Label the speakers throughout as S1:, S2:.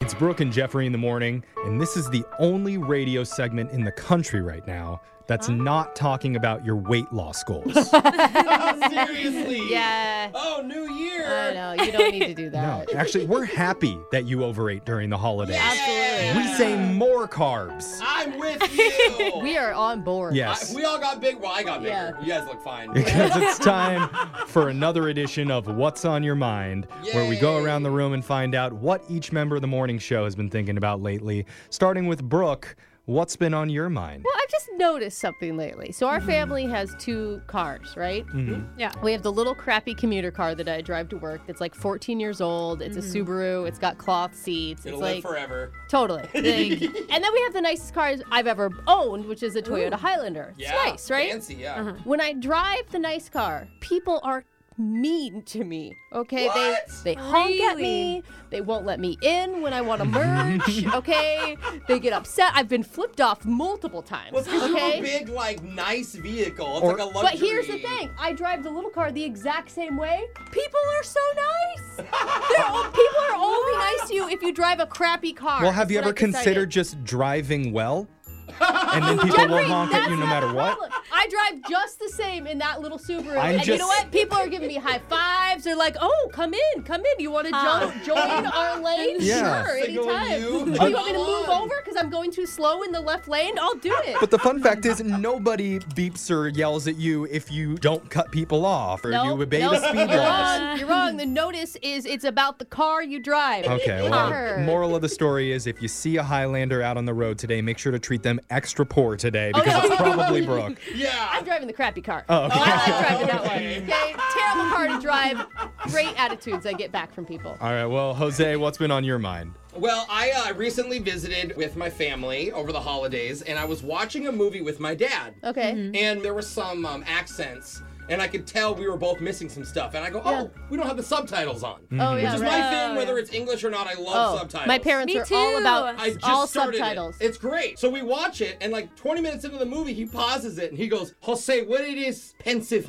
S1: It's Brooke and Jeffrey in the morning, and this is the only radio segment in the country right now that's not talking about your weight loss goals.
S2: Oh, Seriously.
S3: Yeah.
S2: Oh, New Year.
S3: I know. You don't need to do
S1: no,
S3: that.
S1: actually, we're happy that you overate during the holidays.
S3: Absolutely.
S1: We say more carbs.
S2: I'm with you.
S3: We are on board.
S1: Yes.
S2: I- we all got big. Well, I got bigger.
S3: Yeah.
S2: You guys look fine.
S1: because it's time for another edition of What's on Your Mind, where we go
S2: Yay.
S1: around the room and find out what each member of the morning show has been thinking about lately. Starting with Brooke, what's been on your mind?
S3: Well, I've just noticed something lately. So our family has two cars, right?
S2: Mm-hmm.
S4: Yeah.
S3: We have the little crappy commuter car that I drive to work. That's like 14 years old. It's a Subaru. It's got cloth seats.
S2: Mm-hmm. It'll live
S3: it's like
S2: forever.
S3: totally. Like- and then we have the nicest car I've ever owned, which is a Toyota Highlander. It's
S2: Yeah.
S3: nice, right? Uh-huh.
S2: Fancy, yeah.
S3: When I drive the nice car, people are mean to me. Okay,
S2: What?
S3: they they honk at me.
S4: Really?
S3: They won't let me in when I want to merge. okay, they get upset. I've been flipped off multiple times.
S2: Well, it's 'cause you have a
S3: okay.
S2: big, like, nice vehicle. It's
S1: Or-
S2: like a luxury.
S3: But here's the thing: I drive the little car the exact same way. People are so nice. They're all, people are only nice to you if you drive a crappy car.
S1: Well, have
S3: That's
S1: you
S3: what
S1: ever
S3: I've decided.
S1: considered just driving well? And then people will
S3: Jeffrey,
S1: honk
S3: that's
S1: at you no
S3: not
S1: matter
S3: the
S1: what?
S3: problem. I drive just the same in that little Subaru.
S1: I'm
S3: and you know
S1: just-
S3: what? People are giving me high fives. They're like, oh, come in, come in. You want to jo- join our lane?
S1: Yeah.
S3: Sure,
S2: Signal
S3: anytime.
S2: you.
S3: Oh, you want me to
S2: Come
S3: move
S2: on.
S3: over because I'm going too slow in the left lane? I'll do it.
S1: But the fun fact is, nobody beeps or yells at you if you don't cut people off or
S3: Nope,
S1: you obey
S3: nope,
S1: the speed
S3: you're
S1: laws.
S3: Wrong. You're wrong. The notice is it's about the car you drive.
S1: Okay,
S3: Car.
S1: well, moral of the story is if you see a Highlander out on the road today, make sure to treat them extra poor today because
S3: no.
S1: it's probably Brooke.
S3: I'm
S2: Yeah.
S3: driving the crappy car.
S1: Oh, okay.
S3: I like driving that one.
S2: Okay.
S3: Okay, terrible car to drive. Great attitudes I get back from people.
S1: All right, well, Jose, what's been on your mind?
S2: Well, I uh, recently visited with my family over the holidays, and I was watching a movie with my dad.
S3: Okay.
S2: and there were some um, accents, and I could tell we were both missing some stuff. And I go, oh, we don't have the subtitles on.
S3: Oh yeah.
S2: Which is
S3: right.
S2: my thing, whether it's English or not, I love subtitles.
S3: Oh, My parents
S4: Me
S3: are all
S4: too.
S3: about
S2: I just
S3: all
S2: started it.
S3: subtitles.
S2: It's great. So we watch it, and like 20 minutes into the movie, he pauses it and he goes, Jose, what it is pensive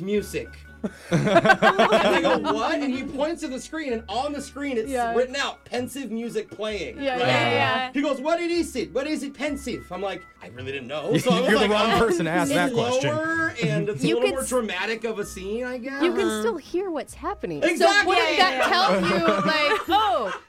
S2: music? and I go, what? And he points to the screen, and on the screen, it's
S3: Yeah.
S2: written out pensive music playing.
S3: Yeah,
S2: Like,
S3: yeah,
S4: yeah.
S2: He goes, what it is it? What is it pensive? I'm like, I really didn't know. So I was
S1: You're the
S2: like,
S1: wrong
S2: "Oh,
S1: person to ask
S2: it's
S1: that question.
S2: lower, and it's a
S3: You
S2: little
S3: could
S2: more
S3: s-
S2: dramatic of a scene, I guess.
S3: you can still hear what's happening. So
S2: Uh-huh. Exactly.
S3: wouldn't
S2: Yeah,
S3: that
S2: yeah,
S3: tell you like, oh,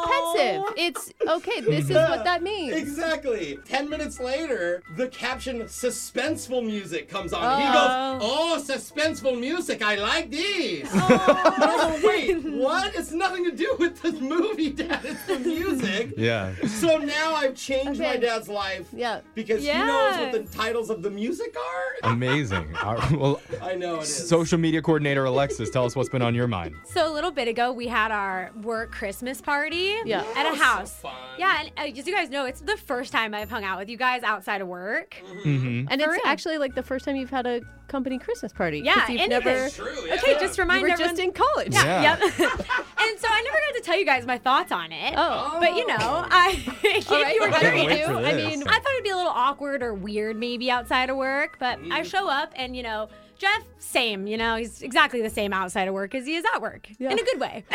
S3: this is pensive. It's okay, this is what that means.
S2: Exactly. Ten minutes later, the caption "suspenseful music" comes on. He goes, "Oh, suspenseful music! I like these." Oh. Wait, what? It's nothing to do with this movie, Dad. It's the music.
S1: Yeah.
S2: So now I've changed my
S3: Okay.
S2: dad's life.
S3: Yeah.
S2: Because
S4: Yeah.
S2: he knows what the titles of the music are.
S1: Amazing. All right, well,
S2: I know it is.
S1: social media coordinator Alexis, tell us what's been on your mind.
S4: So a little bit ago, we had our work Christmas party
S3: Yeah.
S4: at a house.
S2: fun.
S4: Yeah, and uh, as you guys know, it's the first time I've hung out with you guys outside of work.
S3: And
S4: For
S3: it's
S4: real.
S3: actually like the first time you've had a company Christmas party. 'cause
S4: Yeah,
S3: you've
S4: and
S3: never
S2: It's true. Yeah.
S4: Okay, just
S3: you
S4: remind
S3: were
S4: everyone.
S3: just in college.
S1: Yeah.
S4: Yep. and so I never got to tell you guys my thoughts on it.
S3: Oh.
S4: But you know, I if
S3: All right,
S4: you were
S3: what do
S1: Can't
S3: you
S4: wondering,
S1: wait
S3: do?
S1: for
S3: I
S1: this.
S3: mean,
S4: I thought it'd be a little awkward or weird maybe outside of work, but I show up and you know, Jeff, same, you know, he's exactly the same outside of work as he is at work.
S3: Yeah.
S4: In a good way.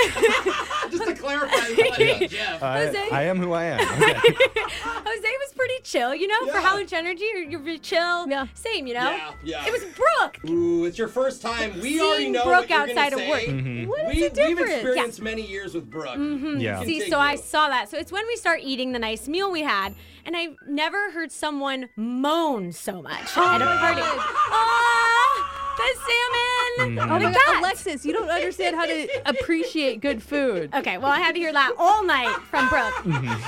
S2: Just to clarify, what I mean, Jeff.
S1: I,
S4: Jose.
S1: I am who I am. Okay.
S4: Jose was pretty chill, you know, for
S2: Yeah.
S4: how much energy you're, you're pretty chill.
S3: Yeah.
S4: Same, you know?
S2: Yeah, yeah.
S4: It was Brooke.
S2: Ooh, it's your first time. We already
S4: Seeing
S2: know
S4: Brooke
S2: what you're gonna
S4: outside of
S2: say. Mm-hmm.
S4: work. What is
S2: We,
S4: the
S2: we've
S4: difference? Mm-hmm.
S2: experienced many years with Brooke.
S1: Yeah.
S4: See,
S2: Continue.
S4: so I saw that. So it's when we start eating the nice meal we had, and I've never heard someone moan so much at a
S2: Oh.
S4: party. Ah, the salmon!
S3: Oh
S4: Like
S3: my
S4: that.
S3: God, Alexis, you don't understand how to appreciate good food.
S4: Okay, well, I had to hear that all night from Brooke.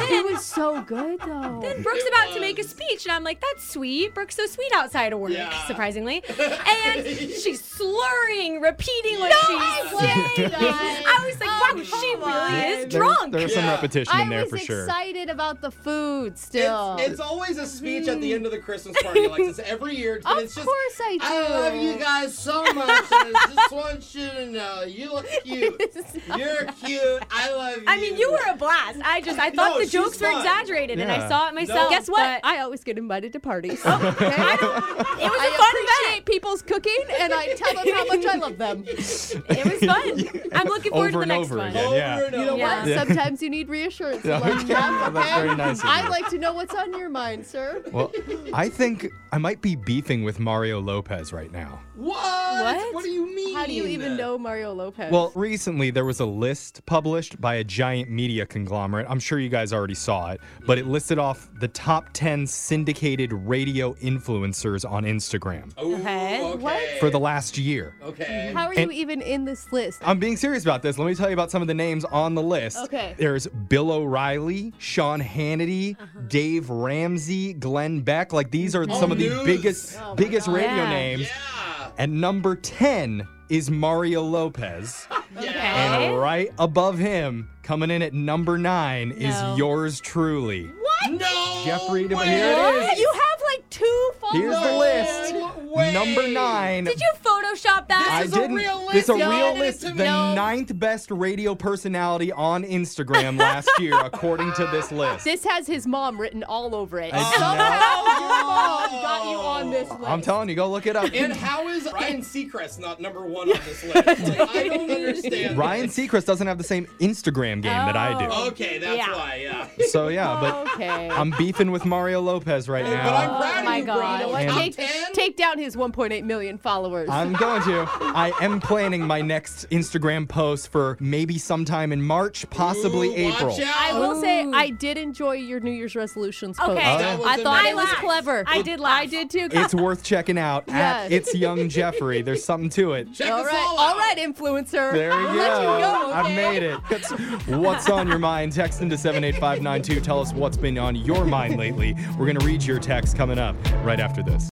S3: It was so good though.
S4: And Brooke's
S2: It
S4: about to
S2: was.
S4: make a speech, and I'm like, that's sweet. Brooke's so sweet outside of work,
S2: Yeah.
S4: surprisingly. And she's slurring, repeating what she's
S3: I
S4: I was like, wow, she really is
S1: There was-
S4: drunk.
S1: There was some
S2: Yeah.
S1: repetition in there for
S3: was
S1: sure.
S3: excited about the food still.
S2: It's, it's always a
S4: Mm.
S2: speech at the end of the Christmas party, Alexis, every year. But
S3: Of
S2: it's just,
S3: course I do.
S2: I love you guys so much. I just want you to know you look cute. You're cute. I love you.
S4: I mean, you were a blast. I just I thought
S2: No,
S4: the
S2: she's
S4: jokes were
S2: fun.
S4: exaggerated, and I
S1: Yeah.
S4: saw it myself.
S3: Guess what?
S4: Oh, but
S3: I always get invited to parties. okay? I,
S4: it was a fun
S3: appreciate people's cooking, and I tell them how much I love them.
S4: It was fun. I'm looking forward to
S1: Over
S4: the
S1: and
S4: next
S1: over
S4: one.
S1: again.
S2: Over
S1: Yeah.
S2: and
S3: You know
S2: over.
S4: Yeah.
S3: what? Sometimes you need reassurance.
S1: Yeah,
S3: Like,
S1: okay.
S3: yeah,
S1: That's
S3: okay?
S1: very nice of
S3: I'd
S1: you.
S3: like to know what's on your mind, sir.
S1: Well, I think I might be beefing with Mario Lopez right now.
S2: What?
S4: What?
S2: what? do you mean?
S3: How do you even know Mario Lopez?
S1: Well, recently there was a list published by a giant media conglomerate. I'm sure you guys already saw it, but it listed off the top 10 syndicated radio influencers on Instagram
S2: Ooh,
S4: Okay.
S2: okay.
S3: What?
S1: for the last year.
S2: Okay.
S3: how are you even in this list?
S1: I'm being serious about this. Let me tell you about some of the names on the list.
S3: Okay.
S1: There's Bill O'Reilly, Sean Hannity, Dave Ramsey, Glenn Beck. Like these are some of the
S2: news.
S1: biggest
S3: Oh my
S1: biggest
S3: God.
S1: radio
S4: Yeah.
S1: names.
S2: yeah.
S1: And number 10 is Mario Lopez.
S2: Yeah.
S1: And right above him, coming in at number 9
S4: No.
S1: is yours truly.
S2: No.
S1: Jeffrey
S2: way.
S1: DeMille. Here it is.
S4: You have like two
S1: Here's
S4: followers.
S1: the list.
S2: way.
S1: Number 9.
S4: Did you Photoshop that?
S1: I
S2: is a
S1: didn't.
S2: real list.
S1: It's a
S2: Y'all
S1: real
S2: didn't
S1: list. The
S2: even know.
S1: ninth best radio personality on Instagram last year, according to this list.
S3: This has his mom written all over it.
S1: I-
S3: Somehow your mom got you on this list.
S1: I'm telling you, go look it up.
S2: And how is Ryan Seacrest not number one on this list? Like, I don't understand.
S1: Ryan Seacrest doesn't have the same Instagram game that I do.
S2: Okay, that's
S4: Yeah.
S2: why. Yeah.
S1: So yeah, but
S3: Okay.
S1: I'm beefing with Mario Lopez right
S2: But I'm
S1: now.
S2: proud
S3: oh
S2: of
S3: my
S2: you,
S3: god.
S2: Brina.
S3: Well,
S1: And-
S2: Top
S3: Take,
S2: ten?
S3: take down his 1.8 million followers.
S1: I'm going to. I am planning my next Instagram post for maybe sometime in March, possibly
S2: Ooh,
S1: April.
S2: Watch out.
S3: I will say
S4: Ooh.
S3: I did enjoy your New Year's resolutions post.
S4: Okay.
S1: That
S2: was
S3: I thought it was
S4: amazing.
S3: clever.
S4: I did laugh.
S3: I did too.
S1: It's worth checking out at
S3: Yes.
S1: It's Young Jeffrey. There's something to it.
S2: Check
S3: all
S2: us
S3: right,
S2: all out.
S3: all right, influencer.
S1: There you
S3: I'll
S1: go.
S3: Let you go okay?
S1: I made it. That's what's on your mind. Text into 78592. Tell us what's been on your mind lately. We're going to read your text coming up right after this.